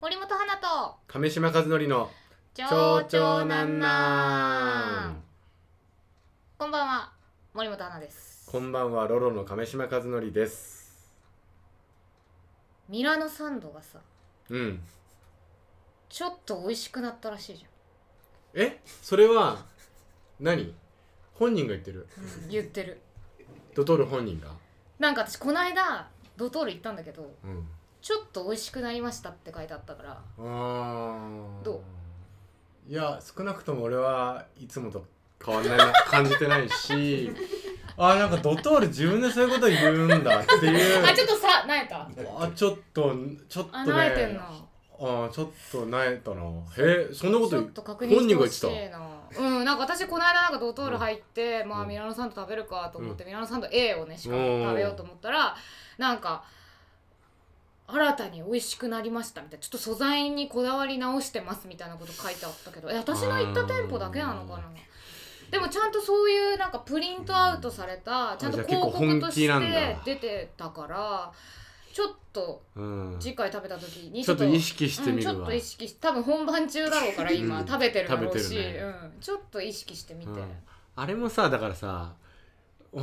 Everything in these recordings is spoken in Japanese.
森本花と亀島和則の長々なんなんこんばんは森本花ですこんばんはロロの亀島和則ですミラノサンドがさうんちょっと美味しくなったらしいじえそれは何本人が言ってるゃん、言ってるドトール本人がなんか私この間ドトール行ったんだけどうんちょっと美味しくなりましたって書いてあったからあーどいや少なくとも俺はいつもと変わんないな感じてないしあーなんかドトール自分でそういうこと言うんだってい うあちょっとさなえたあちょっとちょっあとなえてんねなあーちょっとなえたなへえそんなこちとょ言っうと確認してほし本いなうんなんか私この間なんかドトール入って、まあうんミラノサンド食べるかと思って、うミラノサンド A をねしかも食べようと思ったらなんか新たに美味しくなりましたみたいなちょっと素材にこだわり直してますみたいなこと書いてあったけどえ私の行った店舗だけなのかなでもちゃんとそういうなんかプリントアウトされたちゃんとあじゃあ広結構告とし本気なんてだ出てたからちょっとうん次回食べた時にちょっと意識してみるわ、うん、ちょっと意識し多分本番中だろうから今、うん食べてるだろうし、食べてるねうん、ちょっと意識してみて、うんあれもさだからさお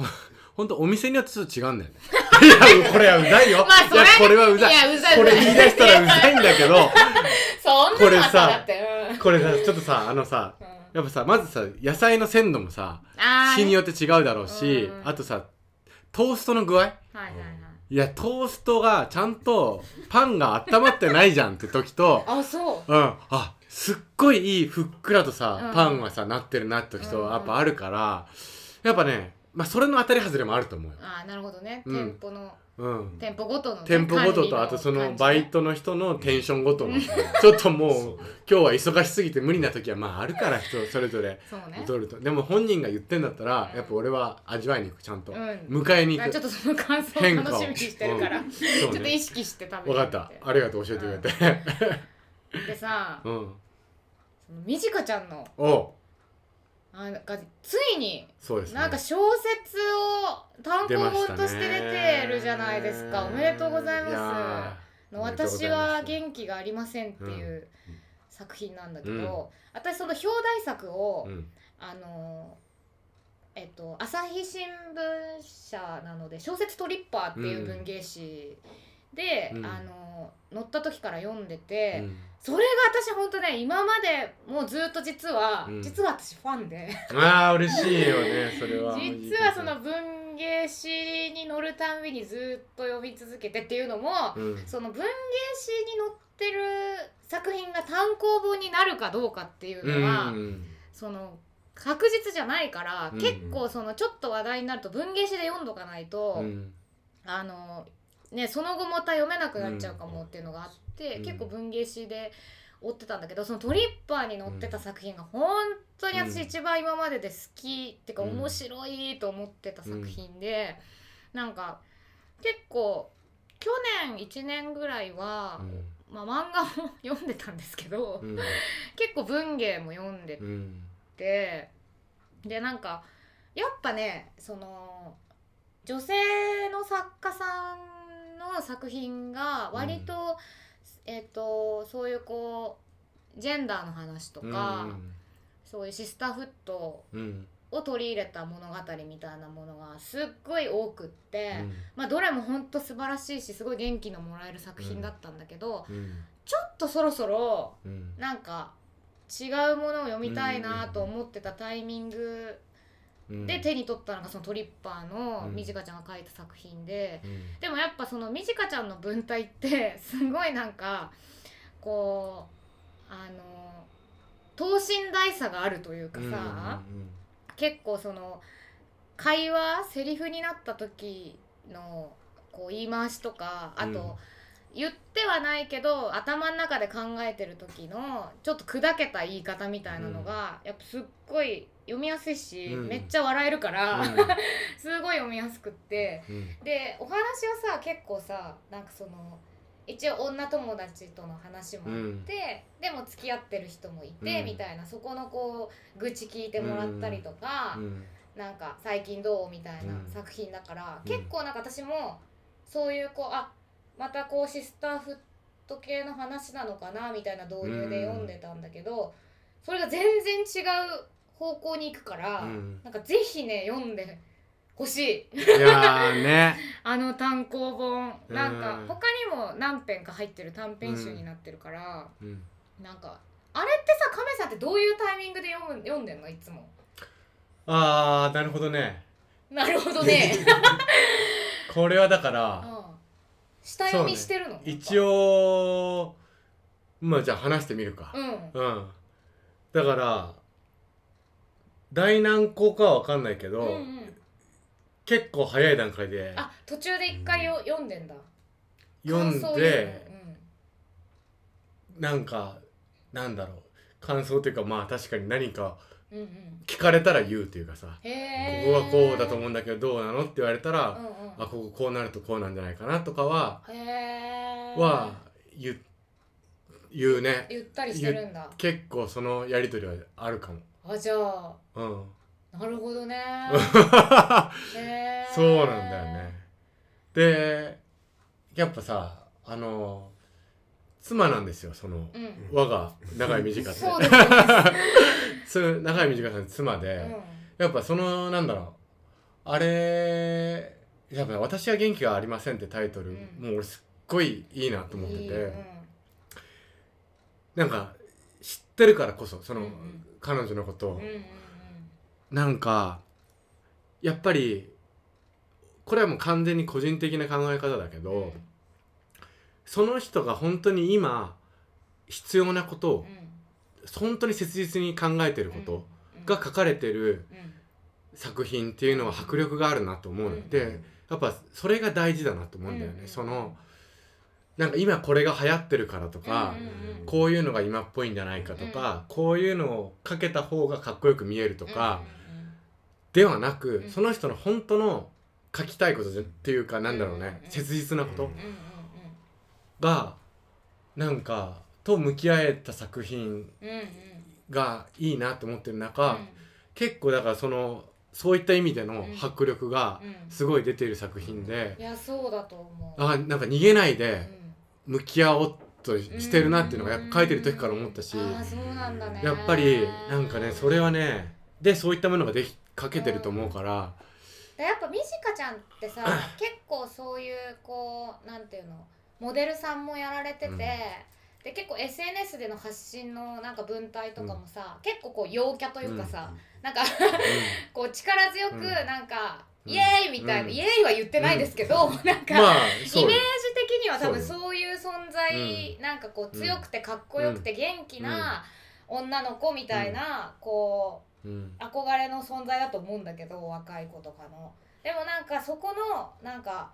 ほんとお店によってちょっと違うんだ よねいやこれはうざいよ、まあそれいやこれはうざいいやうざいうざいこれ言い出したらうざいんだけ どそんこなれのささだってうん、うんこれさちょっとさあのさやっぱさまずさ野菜の鮮度もさあー日によって違うだろうしうんあとさトーストの具合はいはいはいいやトーストがちゃんとパンが温まってないじゃんって時とあそううん、あすっごいいいふっくらとさ、うんパンがさなってるなって人うんはやっぱあるから、やっぱね、まあ、それの当たり外れもあると思うよ、あーなるほどね、うん店舗のうん、店舗ごとの、ね、店舗ごと管理とあとその感じバイトの人のテンションごとの、うんちょっともうそう今日は忙しすぎて無理な時はまああるから人それぞれそうね取るとでも本人が言ってんだったら、やっぱ俺は味わいに行くちゃんと、うん迎えに行あくちょっとその感想を変化楽をしみにしてるから、うんちそうょっとね意識して食べ分てかみってたありがとう教えてくれて、でさ、うんそのみじかちゃんのおうあなんかついにそうですねなんか小説を単行本として出てるじゃないですか、おめでとうございますすのおめでとうご私ざいますは元気がありませんっていうう作品なんだけど、うん私その表題作を、うんあのえっと朝日新聞社なので小説「トリッパー」っていう文芸誌で、うんあの載った時から読んでて、うんそれが私本当ね今までもうずっと実は、うん実は私ファンで。ああ嬉しいよねそれは実はその文芸誌に乗るたんびにずっと読み続けてっていうのも、うんその文芸誌に載ってる作品が単行本になるかどうかっていううのは、んその確実じゃないから、うん結構そのちょっと話題になると文芸誌で読んどかないと、うんあのね、その後また読めなくなっちゃうかもっていうのがあって、うん結構文芸誌で追ってたんだけどそのトリッパーに載ってた作品が本当に私うん一番今までで好き、ってかうん面白いと思ってた作品で、なんか結構去年1年ぐらいは、まあ、漫画も 読んでたんですけど、うん結構文芸も読んでうんででなんかやっぱねその女性の作家さんの作品が割と、えっ、とそういうこうジェンダーの話とか、そういうシスターフットうんを取り入れた物語みたいなものがすっごい多くって、うんまあどれもほんと素晴らしいしすごい元気のもらえる作品だったんだけど、うんうんちょっとそろそろうんなんか違うものを読みたいなと思ってたタイミングうんで手に取ったのがそのトリッパーのうんみじかちゃんが書いた作品でうんでもやっぱそのみじかちゃんの文体って すごいなんかこうあの等身大さがあるというかさ結構その会話セリフになった時のこう言い回しとかあと、うん言ってはないけど頭の中で考えてる時のちょっと砕けた言い方みたいなのが、やっぱすっごい読みやすいし、うんめっちゃ笑えるから、うんすごい読みやすくってうんうんでお話はさ結構さなんかその一応女友達との話もあって、うんでも付き合ってる人もいて、うんみたいなそこのこう愚痴聞いてもらったりとか、うんなんか最近どうみたいなうん作品だから、うん結構なんか私もそういうこうあまたこうシスターフット系の話なのかなみたいな導入うでん読んでたんだけど、それが全然違う方向に行くから、うんなんかぜひね読んでほしい いやーねあの単行本なんかうん他にも何編か入ってる短編集になってるから、うんなんかあれってさ亀さんってどういうタイミングで読む読んでんのいつもああなるほどねなるほど ね、これはだかうらん、下読みしてるの、一応まあじゃあ話してみるかうんうんだから大難航かは分かんないけど、うんうん結構早い段階であ途中で一回よ読んでんだ読ん感想言うのでなんかなんだろう感想というかまあ確かに何かうんうんうん聞かれたら言うというかさ、へえここはこうだと思うんだけどどうなのって言われたら、うんうんあこここうなるとこうなんじゃないかなとかは、へえは言う言うねゆったりしてるんだ結構そのやり取りはあるかもあじゃあうんなるほどねへえそうなんだよねでやっぱさあの妻なんですよその、うん我が長い短さそうですよね つ長い短さの妻で、やっぱそのなんだろうあれやっぱ「私は元気がありません」ってタイトル、うんもう俺すっごいいいなとうん思ってていいうんなんか知ってるからこそその、うんうん彼女のことをうん、うんうんなんかやっぱりこれはもう完全に個人的な考え方だけど、うんその人が本当に今必要なことを本当に切実に考えてることうんが書かれてるうん作品っていうのは迫力があるなと思うので、うんやっぱそれが大事だなと思うんだよね。うんそのなんか今これが流行ってるからとか、うんうんうんこういうのが今っぽいんじゃないかとか、こういうのをかけた方がかっこよく見えるとか、うんうんうんではなく、うんその人の本当の書きたいことじゃっていうかなんだろうね、うん切実なことうんうんがなんかと向き合えた作品うんうんうんがいいなと思ってるう中、ん結構だからそのそういった意味での迫力がうんすごい出ている作品でい、やそうだと思うあなんか逃げないでうん向き合おうとしてるなっていうのがやっぱ書いてる時から思ったし、あーそうなんだねやっぱりなんかねそれはねでそういったものができかけてると思うから、だやっぱみじかちゃんってさ結構そういうこうなんていうのモデルさんもやられてて、うんで結構 SNS での発信のなんか文体とかもさ、結構こう陽キャというかさ、なんかこう力強くうんなんか、うんイエーイみたいな、うんイエーイは言ってないですけど、 なんか、まあイそうメーよジ的には多分そうそういう存在、なんかこう強くてかっこよくて元気な女の子みたいな、こううん憧れの存在だと思うんだけど若い子とかのでもなんかそこのなんか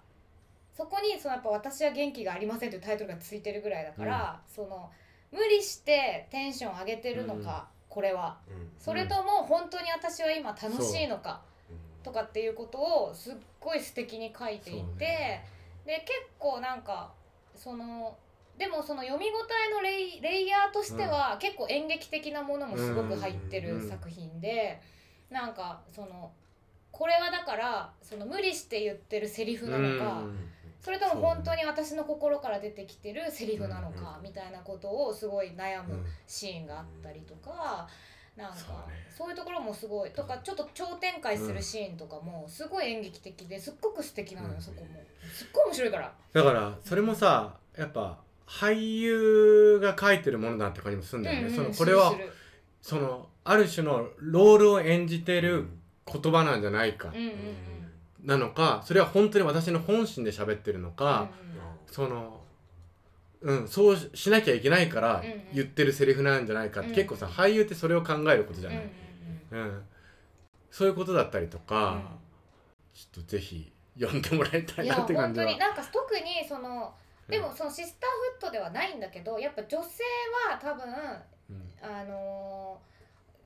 そこにそのやっぱ「私は元気がありません」というタイトルがついてるぐらいだから、その無理してテンション上げてるのか、これはそれとも本当に私は今楽しいのかとかっていうことをすっごい素敵に書いていそうて、ねで結構なんかそのでもその読み応えのレイレイヤーとしては結構演劇的なものもすごく入ってうんるうん作品で、なんかそのこれはだからその無理して言ってるセリフなのか、それとも本当に私の心から出てきてるセリフなのうんうんかうみたいなことをすごい悩うんむシーンがあったりとか。なんかそうねそういうところもすごいとかちょっと超展開するシーンとかもすごい演劇的ですっごく素敵なのうよんそこもすっごい面白いからだからそれもさやっぱ俳優が書いてるものだって感じもするんだよね、うんうんそのこれはするそのある種のロールを演じてる言葉なんじゃないか、するうんうんうんなのかそれは本当に私の本心で喋ってるのか、そのうんそうししなきゃいけないからうんうん言ってるセリフなんじゃないかって、うん結構さ俳優ってそれを考えることじゃうんうんうんなうい、んうんそういうことだったりとか、ちょっとぜひ読んでもらいうたんいいやなって感本じ当はになんか特にそのでうもそのシスターフットではないんだけどやっぱ女性は多分んうんあのー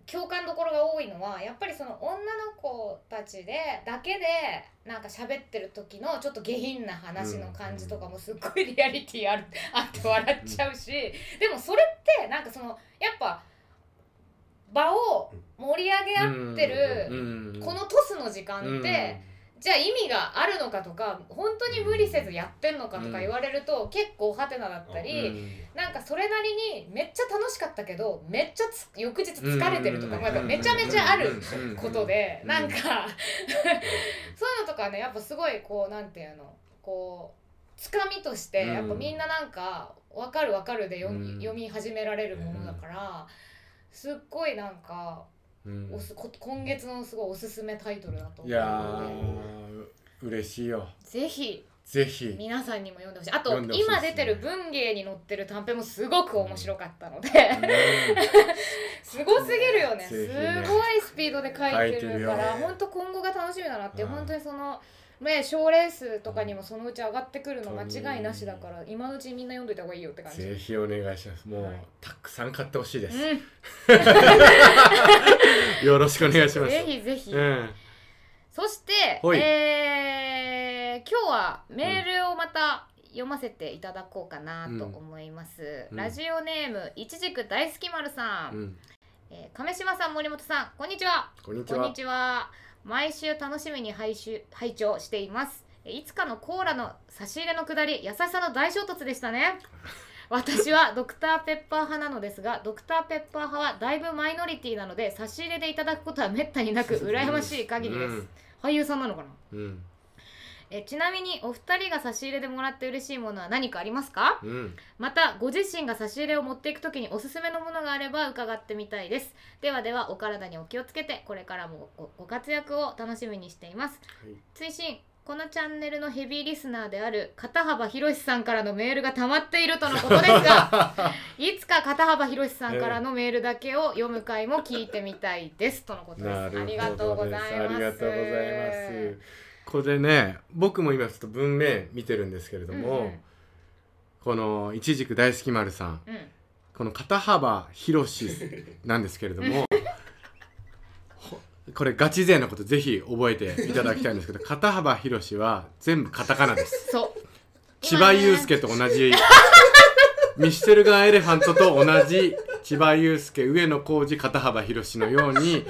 共感どころが多いのはやっぱりその女の子たちでだけでなんか喋ってる時のちょっと下品な話の感じとかもすっごいリアリティあるあって笑っちゃうしでもそれってなんかそのやっぱ場を盛り上げ合ってるうんこのトスの時間って、うん自じゃあ意味があるのかとか本当に無理せずやってんのかとか言われると、結構ハテナだったり、なんかそれなりにめっちゃ楽しかったけどめっちゃつ翌日疲れてるとかもやっぱめちゃめちゃあることでうんなんかそういうのとかねやっぱすごいこうなんていうのこうつかみとしてうんやっぱみんななんか「わかるわかる」で読み,、うん読み始められるものだからすっごいなんかうんおすこ今月のすごいおすすめタイトルだと思いうやのでー嬉しいよぜひぜひ皆さんにも読んでほしいあと読んでほしいですね今出てる文芸に載ってる短編もすごく面白かったので、すごすぎるよねすぜひねごいスピードで書いて書いてるるよかねら本当今後が楽しみだなって、うん本当にそのね賞レースとかにもそのうち上がってくるの間違いなしだから今のうちにみんな読んどいた方がいいよって感じ。ぜひお願いしますもう、はいたくさん買ってほしいです、うん、よろしくお願いしますぜひぜひ、うんそして、ほいえー今日はメールをまた読ませていただこうかなと思います、うんラジオネームいちじく大好き丸さん、うん、えー亀島さん森本さんこんにちはこんにちこんはにちは。毎週楽しみに拝集拝聴しています。えいつかのコーラの差し入れのくだり、優しさの大衝突でした ね。私はドクターペッパー派なのですが、ドクターペッパー派はだいぶマイノリティなので、差し入れでいただくことはめったにな く、羨ましい限りです。俳優さんなのかなうんえちなみにお二人が差し入れでもらって嬉しいものは何かありますかうん、うんまたご自身が差し入れを持っていくときにおすすめのものがあれば伺ってみたいですではではお体にお気をつけてこれからもごご活躍を楽しみにしていますはい追伸このチャンネルのヘビーリスナーである片幅博さんからのメールが溜まっているとのこと ですがいつか片幅博さんからのメールだけを読む回も聞いてみたいですとのことですなるほどですありがとうございますありがとうございますこれね僕も今ちょっと文明見てるんですけれども、うんうんこのいちじく大好き丸さんうんこの肩幅広しなんですけれどもほこれガチ勢のことぜひ覚えていただきたいんですけど肩幅広しは全部カタカナです そう千葉雄介と同じミシェルガン・エレファントと同じ千葉雄介上野浩二肩幅広しのように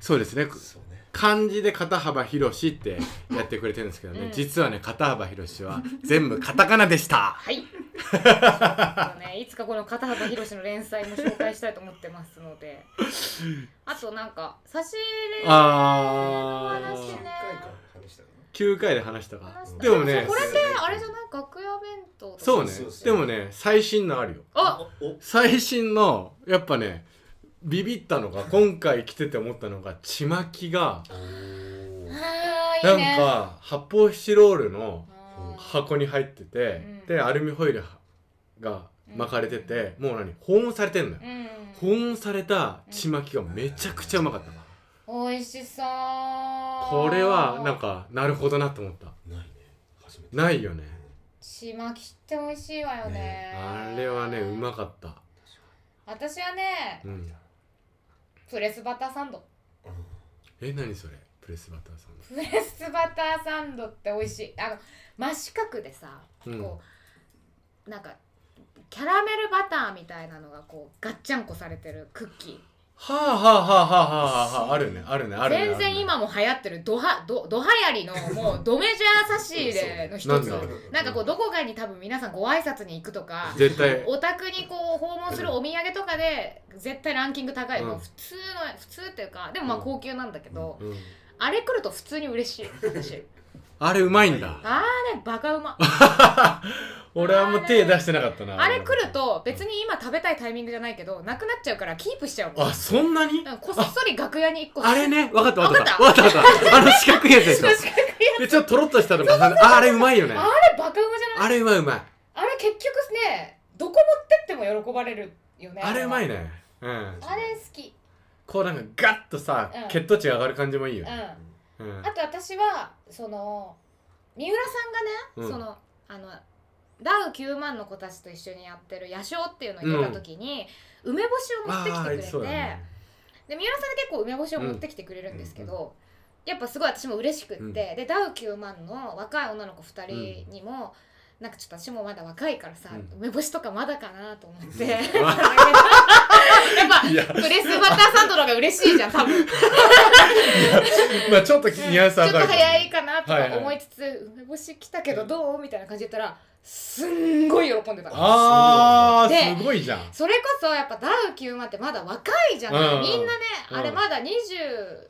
そうですねそうね漢字で肩幅広しってやってくれてるんですけどね、うん実はね肩幅広しは全部カタカナ でしたはい。 そうね、いつかこの片畑宏の連載も紹介したいと思ってますので。あとなんか差し入れのあそう10ねー回か話したよね9回で話したか話したでもねそうこれってあれじゃない楽屋弁当とかそうねそうそうでもね最新のあるよあ、おお最新のやっぱねビビったのが 今回来てて思ったのがちまきがあーいないね。んか発泡スチロールのあー箱に入ってて、うんでアルミホイルが巻かれてて、もう何保温されてんのよ、う保温されたちまきがめちゃくちゃうまかった、ん。美味しそう。ここれはなん。かなるほどなと思ったないね初めてないよねちまきって美味しいわよねね。あれはねうまかった、私はねう、ん、プレスバターサンド。うんえ何それプレスバターさんのプレスバターサンドって美味しいあの真四角でさ、うんこうなんかキャラメルバターみたいなのがこうガッチャンコされてるクッキはあはあはあはあはあはああるねあるねあーるね全然今も流行ってるドハドドハヤリのもうドメジャー差し入れの一なんつだなんかこうどこかに多分皆さんご挨拶に行くとあかるね絶対お宅にこう訪問するお土産とかで絶対ランキング高い、うんまあ普通の普通っていうかでもまあ高級なんだけど、うんあれ来ると普通に嬉しい私 あれうまいんだあれバカうま俺はもう手出してなかったなあれ来ると別に今食べたいタイミングじゃないけどなくなっちゃうからキープしちゃうもんあそんなにうんこっそり楽屋に1個あれね、わかったわかった。わわかったわかった。あの四角い やつでしょ。確かにで、ちょっとトロッとしたのが、ああれうまいよね。あれバカうまじゃないあれはうまい。あれ結局ねどこ持ってっても喜ばれるよねあれうまいねね。うん。あれ好きこうなんかガッとさうん、血糖値上がる感じもいいようんね。あうん。と私はその三浦さんがね、うんそのあのダウ9万の子たちと一緒にやってる野鳥っていうのに出た時に、梅干しを持ってきてあくあれー、てそうだね。で三浦さんで結構梅干しを持ってきてくれるんですけど、やっぱすごい私も嬉しくって、うんでダウ9万の若い女の子2人にも、なんかちょっと私もまだ若いからさ、う梅干しとかまだかなと思って やっわぱいやプレスバターサンドの方が嬉しいじゃん多 分まあちょっとうんニュアンスちょわっかとる早いかなとはいはかい思いつつ、梅干し来たけどどうみたいな感じで言ったらすんごい喜んでたからあーですごいじゃんそれこそやっぱダウ9万ってまだ若いじゃない、うんみんなね、うんあれまだ20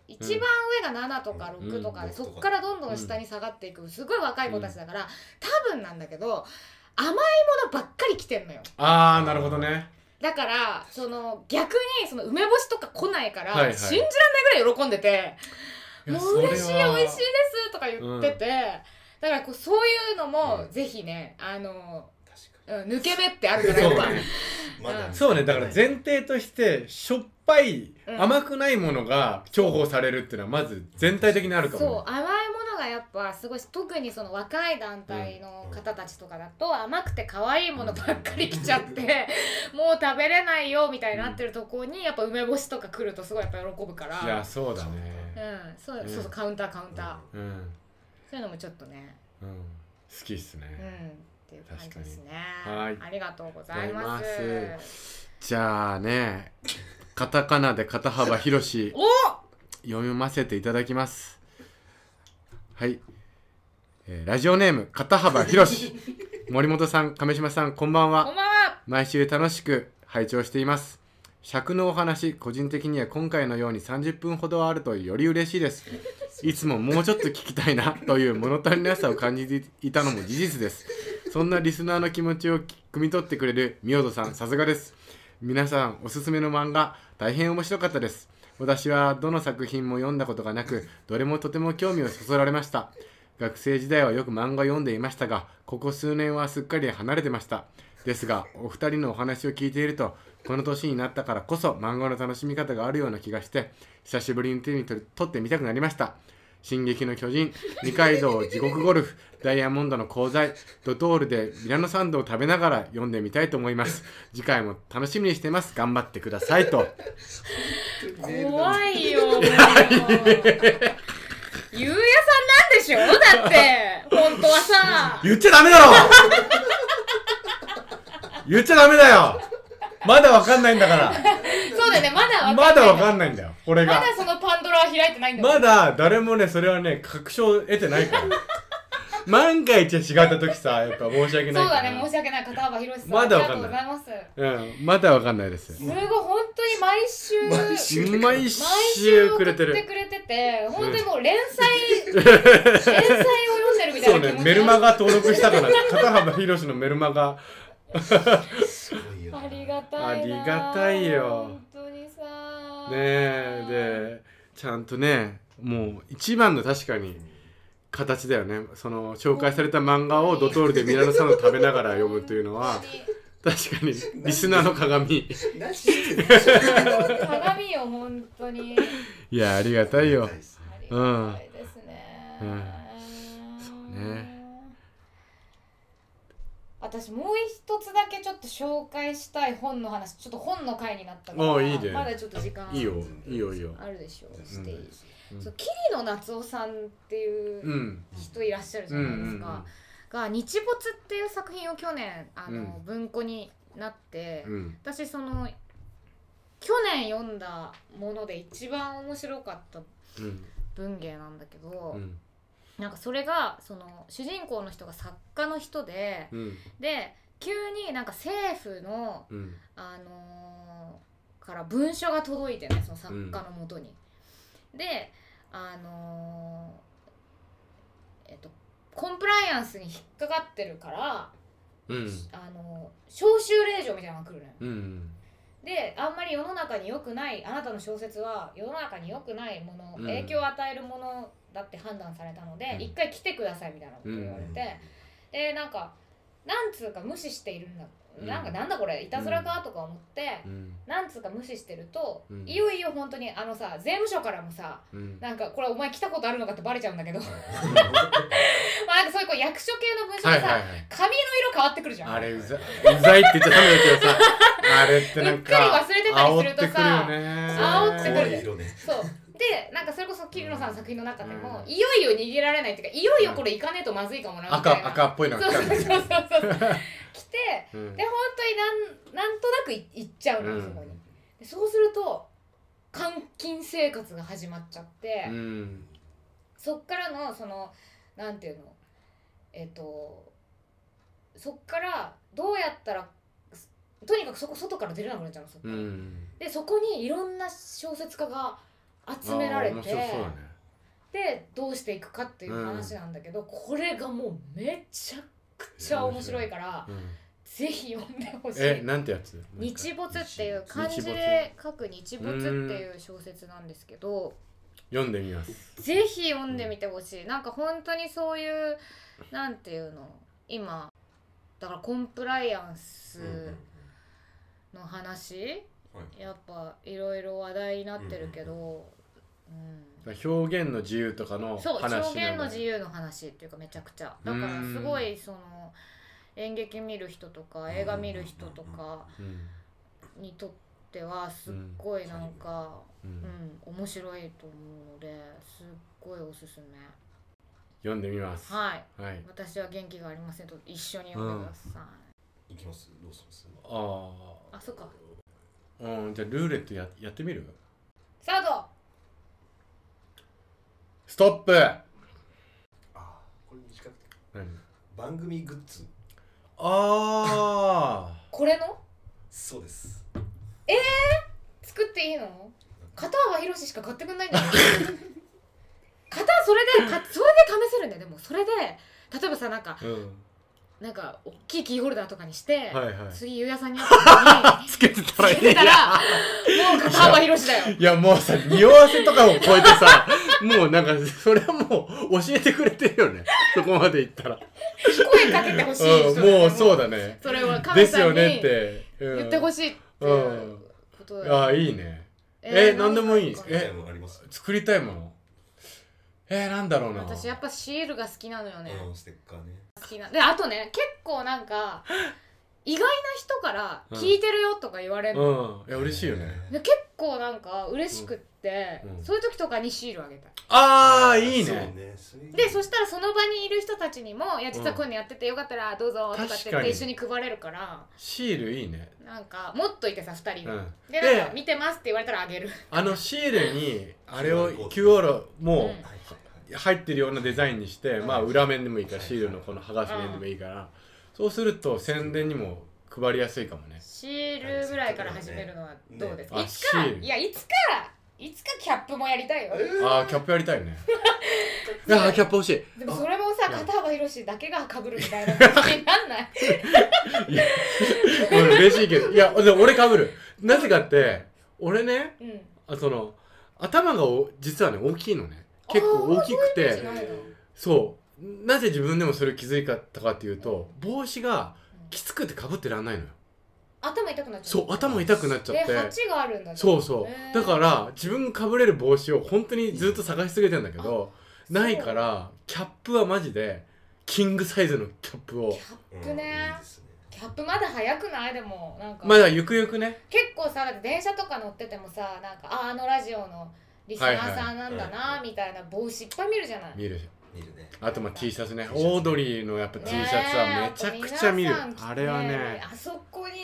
一番上が7とか6とかで、うんそっからどんどん下に下がっていくすごい若い子たちだから、多分なんだけど甘いものばっかり来てんのよああなるほどねだからその逆にその梅干しとか来ないから、はいはい信じられないぐらい喜んでて「もう嬉しい美味しいいです」とか言ってて、だからこうそういうのもぜひねあの、確うん抜け目ってあるやからそやうっぱ。ねまだそうねだから前提としてしょっぱい、うん甘くないものが重宝されるっていうのはまず全体的にあるかもね、そう甘いものがやっぱすごいし特にその若い団体の方たちとかだと甘くて可愛いものばっかり来ちゃって、 もう食べれないよみたいになってるとこにやっぱ梅干しとか来るとすごいやっぱ喜ぶからいやそうだねうん、そううんそうそうカウンターカウンター、うん、うん、そういうのもちょっとね好きっすね、うんっていう感じですね確かにはいありがとうございまありがとうございますじゃあねカタカナで肩幅広しお読ませていただきますはい、えーラジオネーム肩幅 広し森本さん亀島さんこんばんはこんばんは毎週楽しく拝聴しています尺のお話個人的には今回のように30分ほどあるとより嬉しいですいつももうちょっと聞きたいなという物足りなさを感じていたのも事実ですそんなリスナーの気持ちを汲み取ってくれるミオドさんさすがです皆さんおすすめの漫画大変面白かったです私はどの作品も読んだことがなくどれもとても興味をそそられました学生時代はよく漫画を読んでいましたがここ数年はすっかり離れてましたですがお二人のお話を聞いているとこの年になったからこそ漫画の楽しみ方があるような気がして久しぶりに手に取り取ってみたくなりました「進撃の巨人」「二階堂地獄ゴルフ」「ダイヤモンドの鉱材」「ドトールでミラノサンドを食べながら読んでみたいと思います次回も楽しみにしてます頑張ってくださいと怖い よもうゆうやさんなんでしょだって本当はさ言っちゃダメだろ言っちゃダメだよまだわかんないんだからそうだよね、まだわまだわかかんないんだよこれまがだそのパンドラは開いてないんだもんまだ誰もねそれはね確証得てないから万が一違った時さやっぱ申し訳そうないからだね、申し訳ない片幅広さんまだわかありんがなとういございますうんまだわかんないですすごい、本当に毎週毎週毎毎週週く送れっててるくれてて本当にもう連載 連載を読んでるみたそういなね気持ちメルマガ登録したから片幅広しのメルマガすごいよあなりがたいなありがたいよ本当にさねえでちゃんとねもう一番の確かに形だよねその紹介された漫画をドトールでミラノサンド食べながら読むというのは本確かにリスナーの鏡何してんの当に鏡よ、本当にいやありがたいよありがたですねありがたいですね、うんそうね私もう一つだけちょっと紹介したい本の話ちょっと本の回になったからああいいねまだちょっと時間いいよいいよいいよあるでしょうしていい、うんそう桐野夏夫さんっていううん人いらっしゃるじゃないですか、が「日没」っていう作品を去年あの、うん文庫になって、うんうん私その去年読んだもので一番面白かったうん文芸なんだけど、うんなんかそれがその主人公の人が作家の人でうんで急になんか政府の、うんあのーから文書が届いてねその作家のもとに。であのーえっとコンプライアンスに引っかかってるから、うんあのー招集令状みたいなのが来るのよ。うんであんまり世の中に良くないあなたの小説は世の中に良くないもの、うん影響を与えるものだって判断されたので、うん一回来てくださいみたいなこと言われて、でなんかなんつうか無視しているんだ、うんなんかなんだこれいたずらかとか思って、うんなんつうか無視してると、うんいよいよ本当にあのさ税務署からもさうんなんかこれお前来たことあるのかってバレちゃうん だけどまあなんかそういうこう役所系の文書はでいさ、はいはい髪の色変わってくるじゃん。あれうざうざいって言っちゃダメだけどさあれってなんうかっかり忘れてたりするとさ煽ってくるよね煽ってくる怖い色ねそうででなんかそれこそ桐野さんの作品の中でも、うんいよいよ逃げられないっていうかいよいよこれ行かねえとまずいかもなみたいな、赤赤っぽいのがそう来そうそうたんですそうよそう来てうんで本当になんなんとなくい行っちゃうのようんそこに、でそうすると監禁生活が始まっちゃって、うんそっからのそのなんていうのえっ、とそっからどうやったらすとにかくそこ外から出れなくなっちゃうのそっかうらんでそこにいろんな小説家が集められあー面て、白そうだねでどうしていくかっていう話なんだけど、これがもうめちゃくちゃ面白いから、うんぜひ読んでほしえい。なんてやつ日没っていう日没漢字で書く日没っていう小説なんですけど、読んでみますぜひ読んでみてほしいなんか本当にそういうなんていうの今だからコンプライアンスの話、はいやっぱいろいろ話題になってるけど、うん表現の自由とかの話そうなんだ表現の自由の話っていうかめちゃくちゃだからすごいその演劇見る人とか映画見る人とかうんにとってはすっごいなんか、うんうん、面白いと思うのですっごいおすすめ読んでみますははいい私は元気がありませんと一緒に読んでください、行きますどうしますああそっかあうんじゃあルーレットややってみるサードストップあーこれ短くて何番組グッズああこれのそうです作っていいの片はひろししか買ってくんないんだ よ片はそれでかそれで試せるんだよでもそれで例えばさなんかうんなんか大きいキーホルダーとかにして、はいはい次ゆうやさんに会った時につけてたらいつけいたやらもう片はひろしだよいやもうさ匂わせとかを超えてさ もうなんかそれはもう教えてくれてるよねそこまでいったら声かけてほしい人うんもうそうだよだねそれはで神すさよんにねっ言てってほしいしいっていうことだよ、ああいいねえーなんでもいいなんかええもあります作りたいものえー、なんだろうな私やっぱシールが好きなのよね、うんステッカーね好きなであとね結構なんか意外な人から「聞いてるよ」とか言われるの、うんいや嬉しいよねで結構なんか嬉しくって、うんうんそういう時とかにシールあげたいああいいそうねそういうでそしたらその場にいる人たちにも「いや実はこういうのやっててよかったらどうぞ」とかって確言かっにて一緒に配れるからシールいいねなんか持っといてさ2人うが、んででなんか「見てます」って言われたらあげるあのシールにあれを QR QR もうんはいはいはいう入ってるようなデザインにして、うんまあ裏面でもいいからはいシールのこの剥がす面でもいいから、そうすると宣伝にも配りやすいかもねシールぐらいから始めるのはどうですか、ねいつかあシールいやいつかいつかキャップもやりたいよああキャップやりたいねいやーキャップ欲しいでもそれもあさいや片幅広しだけが被るみたいな感じになんない俺嬉しいけどいやでも俺かぶるなぜかって俺ねうんあその頭がお実はね大きいのね結構大きくあーてそういうの違うのそうなぜ自分でもそれ気づいたかっていうと帽子がきつくてかぶってらんないのよ頭痛くなっちゃうそう頭痛くなっちゃってえ鉢があるんだねそうそへーうだから自分かぶれる帽子を本当にずっと探し続けてんだけどうんあないからキャップはマジでキングサイズのキャップをキャッうんプねいいですねキャップまだ早くないでもなんか、まあだからゆくゆくね結構さだって電車とか乗っててもさなんかああのラジオのリスナーさんなんだはいなみたいな帽子いっぱい見るじゃない、見る見るねあとまあ T シャツね T シャツオードリーのやっぱ T シャツはめちゃくちゃ見るやっぱ皆さん来てあれはねあそこに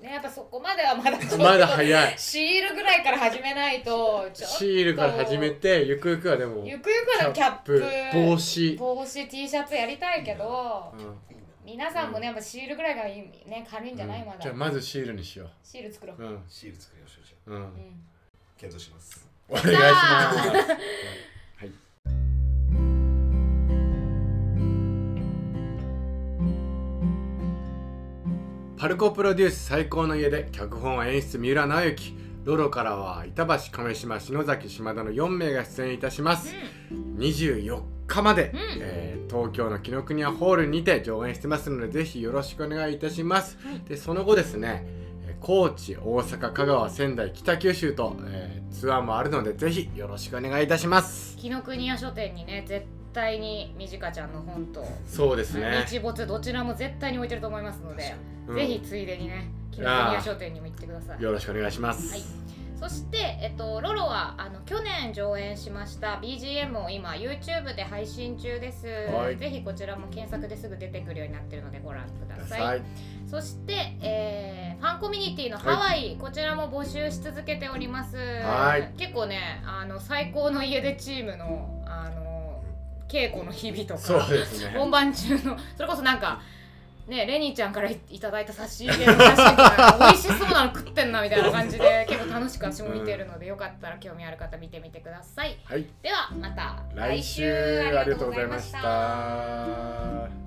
ねやっぱそこまではまだちょっとまだ早いシールぐらいから始めないとちょっとシールから始めてゆくゆくはでもゆくゆくのキャップ帽子帽子 T シャツやりたいけどうんいいな皆さんもねやっぱシールぐらいがいいね軽いんじゃないまだじゃあまずシールにしよシール作ろうううんシール作りましょうじゃううんんあ検討しますお願いしますパルコプロデュース最高の家で脚本は演出三浦直之ロロからは板橋亀島篠崎島田の4名が出演いたします24日まで、うんえー東京の紀ノ国屋ホールにて上演してますのでぜひよろしくお願いいたします、でその後ですねえー高知大阪香川仙台北九州と、えーツアーもあるのでぜひよろしくお願いいたします紀ノ国屋書店にね絶対にみじかちゃんの本とそうですね、日没どちらも絶対に置いてると思いますので、確かにうんぜひついでにね紀ノ国屋書店にも行ってくださいよろしくお願いします、はいそして、えっと、ロロはあの去年上演しました BGM を今 YouTube で配信中です、はいぜひこちらも検索ですぐ出てくるようになってるのでご覧ください、はいそして、えーファンコミュニティのハワイ、こちらも募集し続けております、はい結構ねあの最高の家でチームのあの稽古の日々とかそうですね本番中のそれこそなんかねレニーちゃんからいいただいた差し入れの写真とか美味しそうなの食ってんなみたいな感じで結構楽しく私も見てるので、よかったら興味ある方見てみてくださいはいではまた来週ありがとうございました